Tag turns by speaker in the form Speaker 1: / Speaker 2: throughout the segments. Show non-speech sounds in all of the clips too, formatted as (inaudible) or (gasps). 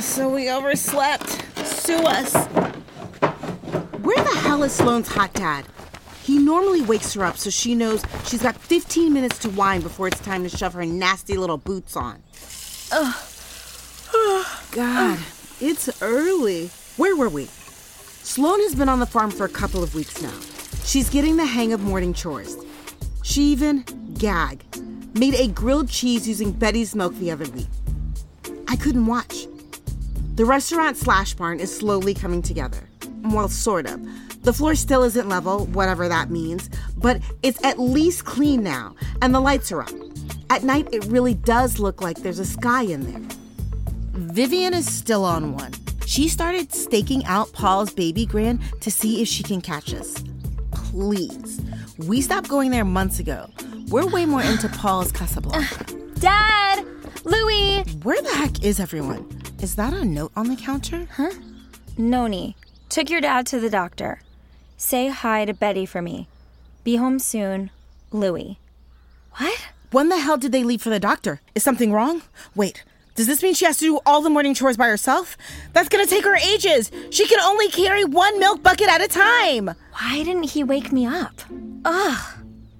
Speaker 1: So we overslept. Sue us. Where the hell is Sloane's hot dad? He normally wakes her up so she knows she's got 15 minutes to whine before it's time to shove her nasty little boots on. God, it's early. Where were we? Sloane has been on the farm for a couple of weeks now. She's getting the hang of morning chores. She even, gag, made a grilled cheese using Betty's milk the other week. I couldn't watch. The restaurant slash barn is slowly coming together. Well, sort of. The floor still isn't level, whatever that means, but it's at least clean now, and the lights are up. At night, it really does look like there's a sky in there. Vivian is still on one. She started staking out Paul's baby grand to see if she can catch us. Please. We stopped going there months ago. We're way more into Paul's (sighs) Casablanca.
Speaker 2: Dad! Louie!
Speaker 1: Where the heck is everyone? Is that a note on the counter? Huh?
Speaker 2: Noni, took your dad to the doctor. Say hi to Betty for me. Be home soon. Louie. What?
Speaker 1: When the hell did they leave for the doctor? Is something wrong? Wait, does this mean she has to do all the morning chores by herself? That's gonna take her ages. She can only carry one milk bucket at a time.
Speaker 2: Why didn't he wake me up?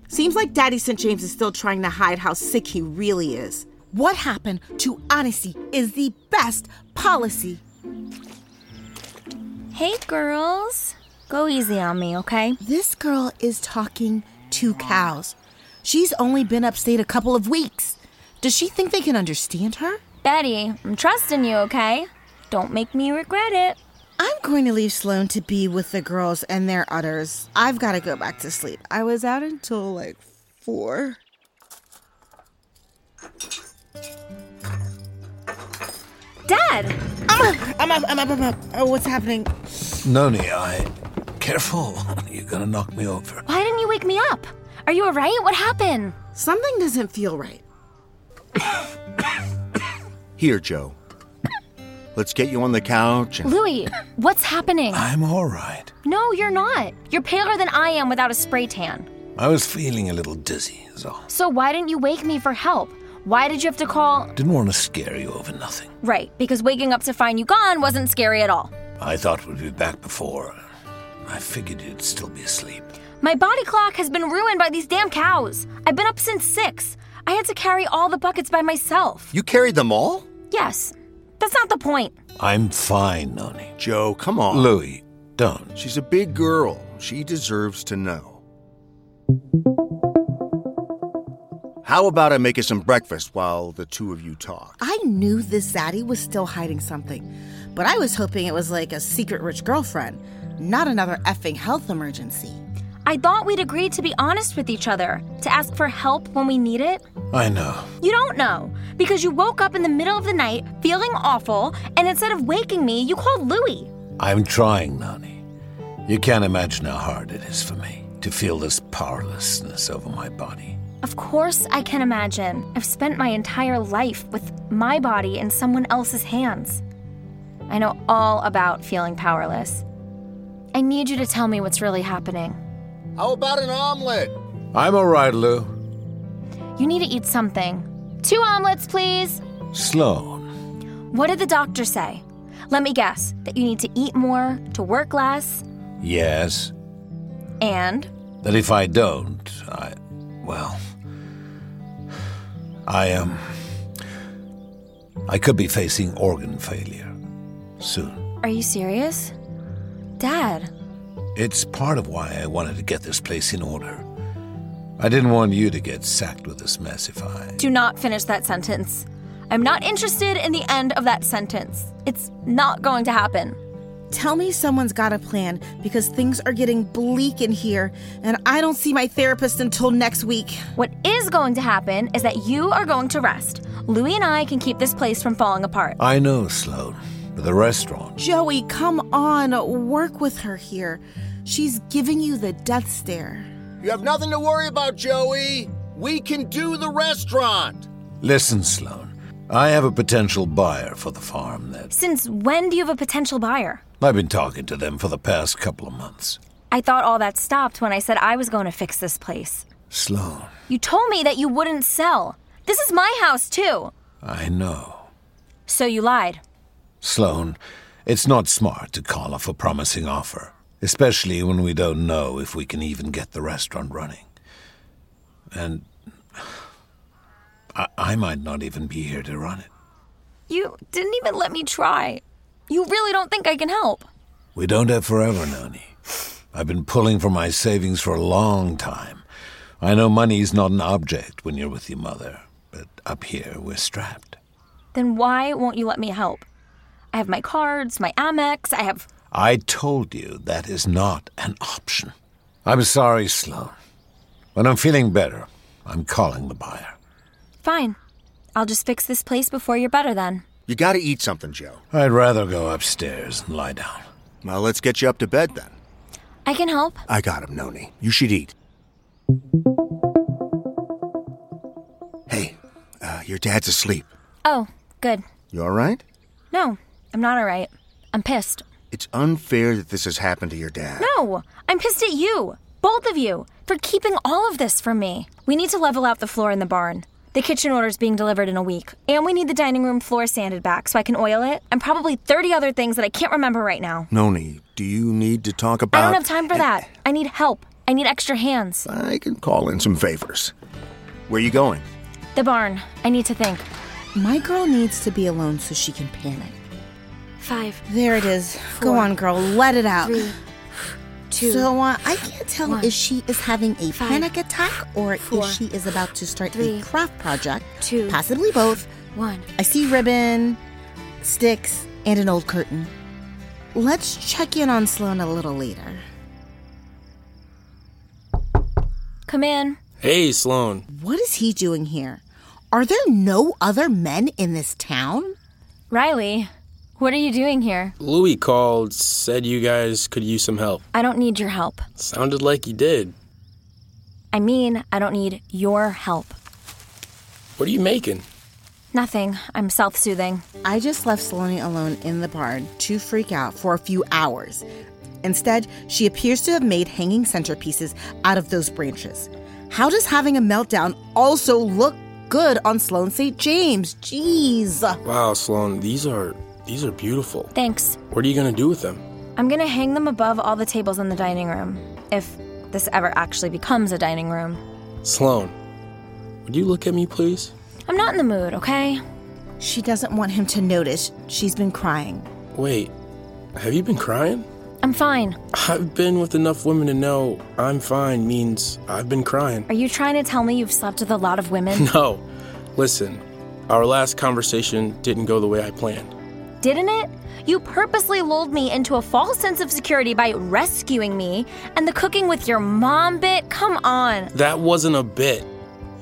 Speaker 1: Seems like Daddy St. James is still trying to hide how sick he really is. What happened to honesty is the best policy.
Speaker 2: Hey, girls. Go easy on me, okay?
Speaker 1: This girl is talking to cows. She's only been upstate a couple of weeks. Does she think they can understand her?
Speaker 2: Betty, I'm trusting you, okay? Don't make me regret it.
Speaker 1: I'm going to leave Sloan to be with the girls and their udders. I've got to go back to sleep. I was out until like four.
Speaker 2: Dad!
Speaker 1: I'm up, I'm up, I'm up, I'm up. Oh, what's happening?
Speaker 3: Noni, I. Careful, (laughs) you're gonna knock me over.
Speaker 2: Why didn't you wake me up? Are you alright? What happened?
Speaker 1: Something doesn't feel right.
Speaker 4: Here, Joe. Let's get you on the couch. And-
Speaker 2: Louie, what's happening?
Speaker 3: I'm all right.
Speaker 2: No, you're not. You're paler than I am without a spray tan.
Speaker 3: I was feeling a little dizzy, is all.
Speaker 2: So why didn't you wake me for help? Why did you have to call?
Speaker 3: Didn't want to scare you over nothing.
Speaker 2: Right, because waking up to find you gone wasn't scary at all.
Speaker 3: I thought we'd be back before. I figured you'd still be asleep.
Speaker 2: My body clock has been ruined by these damn cows. I've been up since six. I had to carry all the buckets by myself.
Speaker 4: You carried them all?
Speaker 2: Yes, that's not the point.
Speaker 3: I'm fine, Noni.
Speaker 4: Joe, come on.
Speaker 3: Louis, don't.
Speaker 4: She's a big girl. She deserves to know. How about I make us some breakfast while the two of you talk?
Speaker 1: I knew this zaddy was still hiding something, but I was hoping it was like a secret rich girlfriend, not another effing health emergency.
Speaker 2: I thought we'd agreed to be honest with each other, to ask for help when we need it.
Speaker 3: I know.
Speaker 2: You don't know, because you woke up in the middle of the night feeling awful, and instead of waking me, you called Louie.
Speaker 3: I'm trying, Noni. You can't imagine how hard it is for me to feel this powerlessness over my body.
Speaker 2: Of course, I can imagine. I've spent my entire life with my body in someone else's hands. I know all about feeling powerless. I need you to tell me what's really happening.
Speaker 4: How about an omelet?
Speaker 3: I'm all right, Lou.
Speaker 2: You need to eat something. Two omelets, please.
Speaker 3: Sloan.
Speaker 2: What did the doctor say? Let me guess that you need to eat more, to work less,
Speaker 3: Yes.
Speaker 2: and
Speaker 3: That if I don't, I. Well. I am. Um, I could be facing organ failure soon.
Speaker 2: are you serious? Dad,
Speaker 3: It's part of why I wanted to get this place in order. I didn't want you to get sacked with this mess if I.
Speaker 2: do not finish that sentence. I'm not interested in the end of that sentence. It's not going to happen.
Speaker 1: Tell me someone's got a plan because things are getting bleak in here, and I don't see my therapist until next week.
Speaker 2: What is going to happen is that you are going to rest. Louie and I can keep this place from falling apart.
Speaker 3: I know, Sloan, but the restaurant.
Speaker 1: Joey, come on, work with her here. She's giving you the death stare.
Speaker 4: You have nothing to worry about, Joey. We can do the restaurant.
Speaker 3: Listen, Sloan. I have a potential buyer for the farm that.
Speaker 2: Since when do you have a potential buyer?
Speaker 3: I've been talking to them for the past couple of months.
Speaker 2: I thought all that stopped when I said I was going to fix this place.
Speaker 3: Sloan,
Speaker 2: You told me that you wouldn't sell. This is my house, too.
Speaker 3: I know.
Speaker 2: So you lied.
Speaker 3: Sloane, it's not smart to call off a promising offer, especially when we don't know if we can even get the restaurant running. And I, I might not even be here to run it.
Speaker 2: You didn't even let me try. You really don't think I can help.
Speaker 3: We don't have forever, Noni. I've been pulling for my savings for a long time. I know money's not an object when you're with your mother, but up here we're strapped.
Speaker 2: Then why won't you let me help? I have my cards, my Amex, I have.
Speaker 3: I told you that is not an option. I'm sorry, Sloan. When I'm feeling better, I'm calling the buyer.
Speaker 2: Fine. I'll just fix this place before you're better then.
Speaker 4: You gotta eat something, Joe.
Speaker 3: I'd rather go upstairs and lie down.
Speaker 4: Well, let's get you up to bed then.
Speaker 2: I can help.
Speaker 4: I got him, Noni. You should eat. Hey, uh, your dad's asleep.
Speaker 2: Oh, good.
Speaker 4: You alright?
Speaker 2: No, I'm not alright. I'm pissed.
Speaker 4: It's unfair that this has happened to your dad.
Speaker 2: No, I'm pissed at you, both of you, for keeping all of this from me. We need to level out the floor in the barn. The kitchen order's being delivered in a week, and we need the dining room floor sanded back so I can oil it, and probably 30 other things that I can't remember right now.
Speaker 4: Noni, do you need to talk about.
Speaker 2: I don't have time for that. I need help. I need extra hands.
Speaker 4: I can call in some favors. Where you going?
Speaker 2: The barn. I need to think.
Speaker 1: My girl needs to be alone so she can panic.
Speaker 2: Five,
Speaker 1: There it is. Go
Speaker 2: Four,
Speaker 1: on, girl. Let it out.
Speaker 2: two.
Speaker 5: So uh, I can't tell
Speaker 2: one,
Speaker 5: if she is having a
Speaker 2: five,
Speaker 5: panic attack or
Speaker 2: four,
Speaker 5: if she is about to start
Speaker 2: three,
Speaker 5: a craft project,
Speaker 2: two,
Speaker 5: possibly both.
Speaker 2: one.
Speaker 5: I see ribbon, sticks, and an old curtain. Let's check in on Sloan a little later.
Speaker 2: Come in.
Speaker 6: Hey, Sloan.
Speaker 5: What is he doing here? Are there no other men in this town?
Speaker 2: Riley, what are you doing here?
Speaker 6: Louie called, said you guys could use some help.
Speaker 2: I don't need your help.
Speaker 6: Sounded like you did.
Speaker 2: I mean, I don't need your help.
Speaker 6: What are you making?
Speaker 2: Nothing. I'm self soothing.
Speaker 1: I just left Saloni alone in the barn to freak out for a few hours.
Speaker 5: Instead, she appears to have made hanging centerpieces out of those branches. How does having a meltdown also look good on Sloan St. James? Jeez.
Speaker 6: Wow, Sloan, these are these are beautiful.
Speaker 2: Thanks.
Speaker 6: What are you gonna do with them?
Speaker 2: I'm gonna hang them above all the tables in the dining room. If this ever actually becomes a dining room.
Speaker 6: Sloan, would you look at me, please?
Speaker 2: I'm not in the mood, okay?
Speaker 5: She doesn't want him to notice she's been crying.
Speaker 6: Wait, have you been crying?
Speaker 2: I'm fine.
Speaker 6: I've been with enough women to know I'm fine means I've been crying.
Speaker 2: Are you trying to tell me you've slept with a lot of women?
Speaker 6: (laughs) No, listen, our last conversation didn't go the way I planned.
Speaker 2: (laughs) Didn't it? You purposely lulled me into a false sense of security by rescuing me, and the cooking with your mom bit? Come on.
Speaker 6: That wasn't a bit.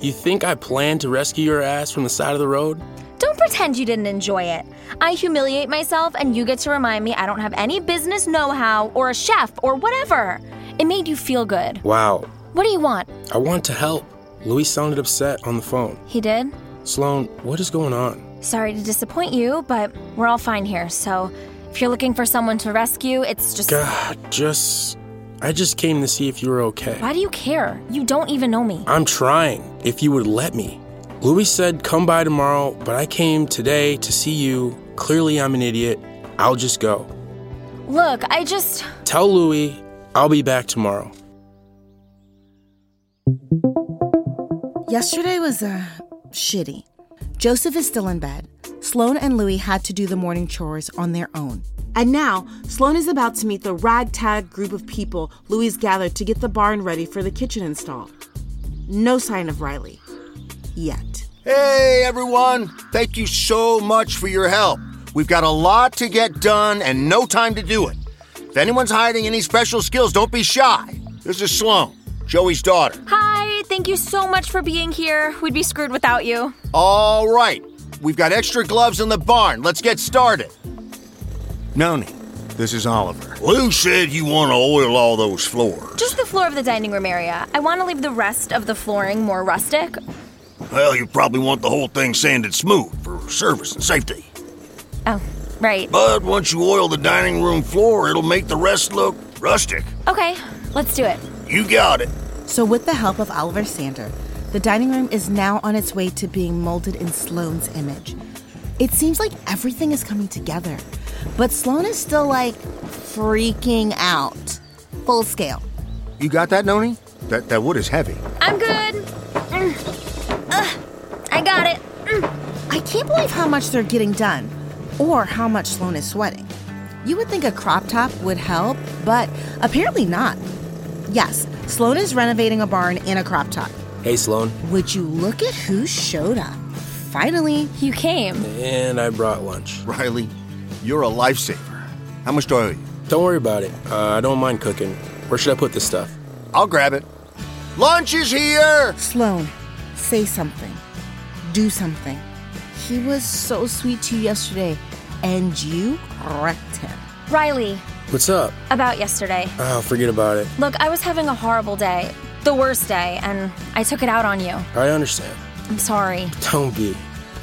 Speaker 6: You think I planned to rescue your ass from the side of the road?
Speaker 2: Don't pretend you didn't enjoy it. I humiliate myself, and you get to remind me I don't have any business know how, or a chef, or whatever. It made you feel good.
Speaker 6: Wow,
Speaker 2: What do you want?
Speaker 6: I want to help. Louis sounded upset on the phone.
Speaker 2: He did?
Speaker 6: Sloan, what is going on?
Speaker 2: Sorry to disappoint you, but we're all fine here, so if you're looking for someone to rescue, it's just.
Speaker 6: God, just. I just came to see if you were okay.
Speaker 2: Why do you care? You don't even know me.
Speaker 6: I'm trying, if you would let me. Louis said come by tomorrow, but I came today to see you. Clearly, I'm an idiot. I'll just go.
Speaker 2: Look, I just.
Speaker 6: Tell Louis I'll be back tomorrow.
Speaker 5: Yesterday was uh, shitty. Joseph is still in bed. Sloan and Louis had to do the morning chores on their own.
Speaker 1: And now, Sloan is about to meet the ragtag group of people Louise gathered to get the barn ready for the kitchen install. No sign of Riley. Yet.
Speaker 4: Hey, everyone! Thank you so much for your help. We've got a lot to get done and no time to do it. If anyone's hiding any special skills, don't be shy. This is Sloan, Joey's daughter.
Speaker 2: Hi, thank you so much for being here. We'd be screwed without you.
Speaker 4: All right, we've got extra gloves in the barn. Let's get started. Noni, this is Oliver. Lou said you want to oil all those floors.
Speaker 2: Just the floor of the dining room area. I want to leave the rest of the flooring more rustic.
Speaker 4: Well, you probably want the whole thing sanded smooth for service and safety.
Speaker 2: Oh, right.
Speaker 4: But once you oil the dining room floor, it'll make the rest look rustic.
Speaker 2: Okay, let's do it.
Speaker 4: You got it.
Speaker 5: So, with the help of Oliver Sander, the dining room is now on its way to being molded in Sloan's image. It seems like everything is coming together.
Speaker 1: But Sloan is still like freaking out. Full scale.
Speaker 4: You got that, Noni? That that wood is heavy.
Speaker 2: I'm good. Mm. Ugh, I got it. Mm.
Speaker 1: I can't believe how much they're getting done or how much Sloan is sweating. You would think a crop top would help, but apparently not. Yes, Sloan is renovating a barn in a crop top.
Speaker 6: Hey, Sloan.
Speaker 1: Would you look at who showed up? Finally,
Speaker 2: You came.
Speaker 6: And I brought lunch.
Speaker 4: Riley, you're a lifesaver. How much do I owe you?
Speaker 6: Don't worry about it. Uh, I don't mind cooking. Where should I put this stuff?
Speaker 4: I'll grab it. Lunch is here!
Speaker 1: Sloan, say something. Do something. He was so sweet to you yesterday, and you wrecked him.
Speaker 2: Riley,
Speaker 6: What's up?
Speaker 2: about yesterday.
Speaker 6: Oh, forget about it.
Speaker 2: Look, I was having a horrible day. The worst day, and I took it out on you.
Speaker 6: I understand.
Speaker 2: I'm sorry.
Speaker 6: Don't be.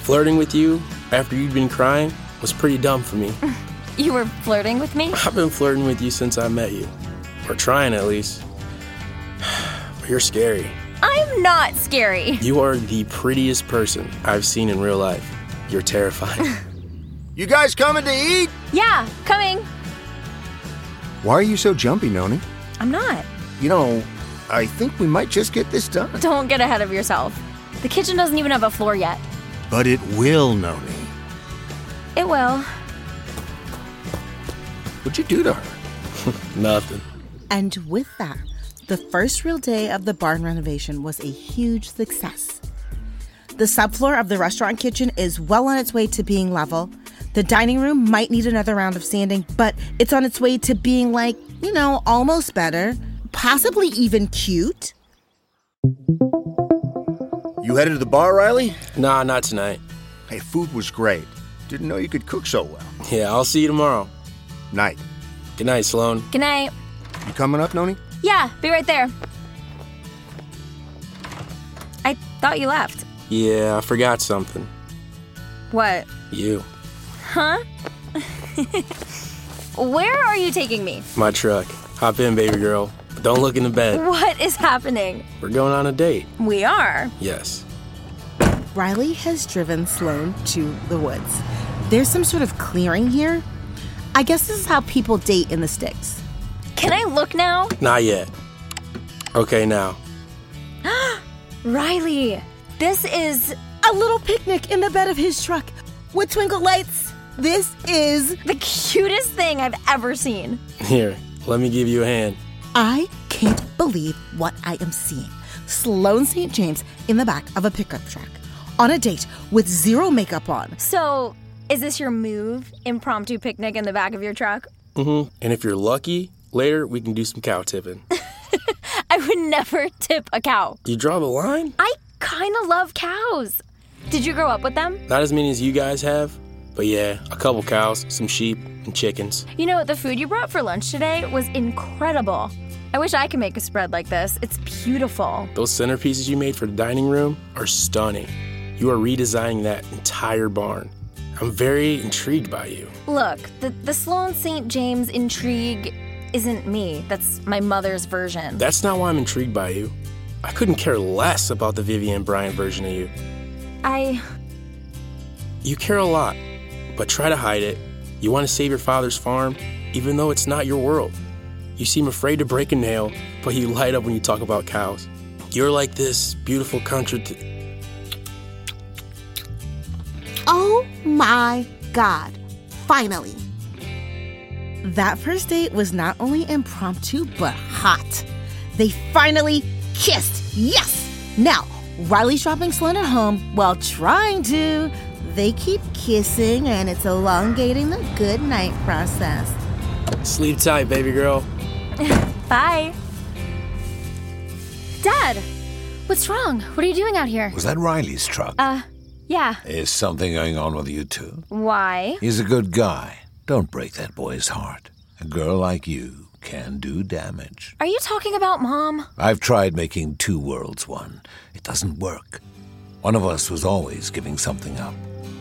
Speaker 6: Flirting with you after you'd been crying was pretty dumb for me.
Speaker 2: You were flirting with me?
Speaker 6: I've been flirting with you since I met you. Or trying at least. (sighs) But you're scary.
Speaker 2: I'm not scary.
Speaker 6: You are the prettiest person I've seen in real life. You're terrifying.
Speaker 4: You guys coming to eat?
Speaker 2: Yeah, coming.
Speaker 4: Why are you so jumpy, Noni?
Speaker 2: I'm not.
Speaker 4: You know, I think we might just get this done.
Speaker 2: Don't get ahead of yourself. The kitchen doesn't even have a floor yet.
Speaker 4: But it will, Noni.
Speaker 2: It will.
Speaker 4: What'd you do to her?
Speaker 6: Nothing.
Speaker 1: And with that, the first real day of the barn renovation was a huge success. The subfloor of the restaurant kitchen is well on its way to being level. The dining room might need another round of sanding, but it's on its way to being like, you know, almost better, possibly even cute.
Speaker 4: You headed to the bar, Riley?
Speaker 6: Nah, not tonight.
Speaker 4: Hey, food was great. Didn't know you could cook so well.
Speaker 6: Yeah, I'll see you tomorrow.
Speaker 4: Night.
Speaker 6: Good night, Sloan.
Speaker 2: Good night.
Speaker 4: You coming up, Noni?
Speaker 2: Yeah, be right there. I thought you left.
Speaker 6: Yeah, I forgot something.
Speaker 2: What?
Speaker 6: You.
Speaker 2: (laughs) Huh? Where are you taking me?
Speaker 6: My truck. Hop in, baby girl. But don't look in the bed.
Speaker 2: What is happening?
Speaker 6: We're going on a date.
Speaker 2: We are.
Speaker 6: Yes.
Speaker 1: Riley has driven Sloan to the woods. There's some sort of clearing here. I guess this is how people date in the sticks.
Speaker 2: Can I look now?
Speaker 6: Not yet. Okay, now.
Speaker 2: Riley, this is
Speaker 1: A little picnic in the bed of his truck with twinkle lights. This is
Speaker 2: the (laughs) cutest thing I've ever seen.
Speaker 6: Here, let me give you a hand.
Speaker 1: I can't believe what I am seeing. Sloan St. James in the back of a pickup truck on a date with zero makeup on.
Speaker 2: So, is this your move? Impromptu picnic in the back of your truck? (laughs)
Speaker 6: And if you're lucky, later we can do some cow tipping.
Speaker 2: I would never (laughs) tip a cow.
Speaker 6: you draw the line?
Speaker 2: I kind of love cows. Did you grow up with them?
Speaker 6: Not as many as you guys have, but yeah, a couple cows, some sheep, and chickens.
Speaker 2: You know, the food you brought for lunch today was incredible. I wish I could make a spread like this. It's beautiful.
Speaker 6: Those centerpieces you made for the dining room are stunning. You are redesigning that entire barn. I'm very intrigued by you.
Speaker 2: Look, the, the Sloan St. James intrigue isn't me. That's my mother's version.
Speaker 6: That's not why I'm intrigued by you. I couldn't care less about the Vivian Bryant version of you.
Speaker 2: I.
Speaker 6: You care a lot, but try to hide it. You want to save your father's farm, even though it's not your world. You seem afraid to break a nail, but you light up when you talk about cows. You're like this beautiful country. T-
Speaker 1: Oh my God. Finally. That first date was not only impromptu, but hot. They finally kissed. Yes! Now, Riley's dropping Sloan at home while trying to. They keep kissing and it's elongating the good night process.
Speaker 6: Sleep tight, baby girl.
Speaker 2: Bye. Dad, what's wrong? What are you doing out here?
Speaker 3: Was that Riley's truck?
Speaker 2: Uh, yeah.
Speaker 3: Is something going on with you two?
Speaker 2: Why?
Speaker 3: He's a good guy. Don't break that boy's heart. A girl like you can do damage.
Speaker 2: Are you talking about mom?
Speaker 3: I've tried making two worlds one. It doesn't work. One of us was always giving something up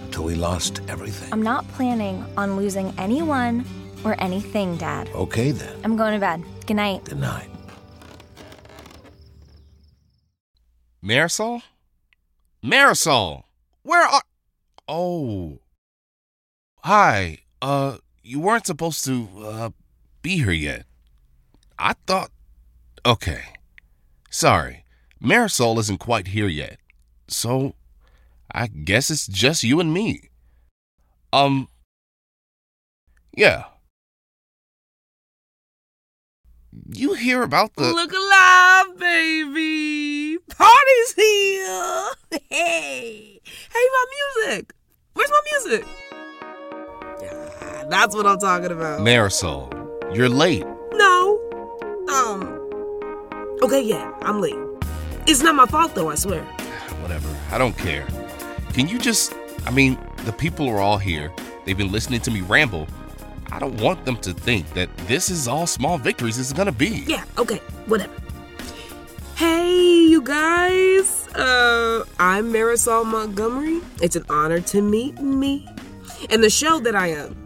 Speaker 3: until we lost everything.
Speaker 2: I'm not planning on losing anyone or anything, Dad.
Speaker 3: Okay then.
Speaker 2: I'm going to bed. Good night.
Speaker 3: Good night.
Speaker 7: Marisol? Marisol! Where are. Oh. Hi. Uh, you weren't supposed to uh, be here yet. I thought. Okay. Sorry. Marisol isn't quite here yet. So, I guess it's just you and me. Um. Yeah. You hear about the.
Speaker 8: Look alive, baby! Party's here! (laughs) Hey! Hey, my music! Where's my music? Ah, That's what I'm talking about.
Speaker 7: Marisol, you're late.
Speaker 8: No. Um. Okay, yeah, I'm late. It's not my fault though, I swear.
Speaker 7: Whatever. I don't care. Can you just. I mean, the people are all here. They've been listening to me ramble. I don't want them to think that this is all small victories is gonna be.
Speaker 8: Yeah, okay, whatever. Hey, you guys. Uh, I'm Marisol Montgomery. It's an honor to meet me. And the show that I am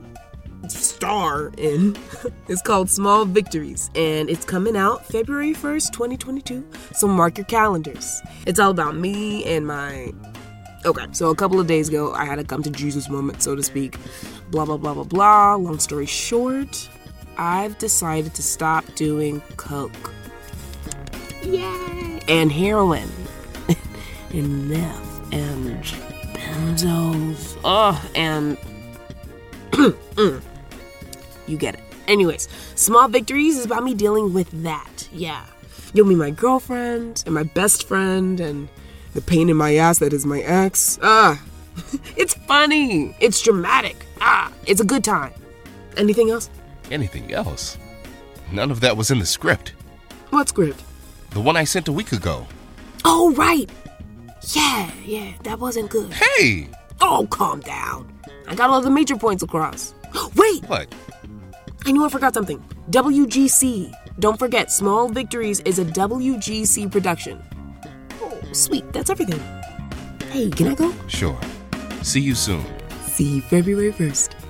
Speaker 8: star in (laughs) is called Small Victories, and it's coming out February 1st, 2022. So mark your calendars. It's all about me and my. Okay, so a couple of days ago, I had a come to Jesus moment, so to speak. Blah, blah, blah, blah, blah. Long story short, I've decided to stop doing Coke and heroin (laughs) and meth and benzos. Ugh, and Mm. you get it. Anyways, small victories is about me dealing with that. Yeah. You'll be my girlfriend and my best friend and the pain in my ass that is my ex. Ah. (laughs) it's funny. It's dramatic. Ah, it's a good time. Anything else?
Speaker 7: Anything else? None of that was in the script.
Speaker 8: What script?
Speaker 7: The one I sent a week ago.
Speaker 8: Oh, right. Yeah, yeah, that wasn't good.
Speaker 7: Hey!
Speaker 8: Oh, calm down. I got all the major points across. (gasps) Wait,
Speaker 7: What?
Speaker 8: I knew I forgot something. WGC. Don't forget, Small Victories is a WGC production. Oh, sweet. That's everything. Hey, can I go?
Speaker 7: Sure. See you soon.
Speaker 8: See you February 1st.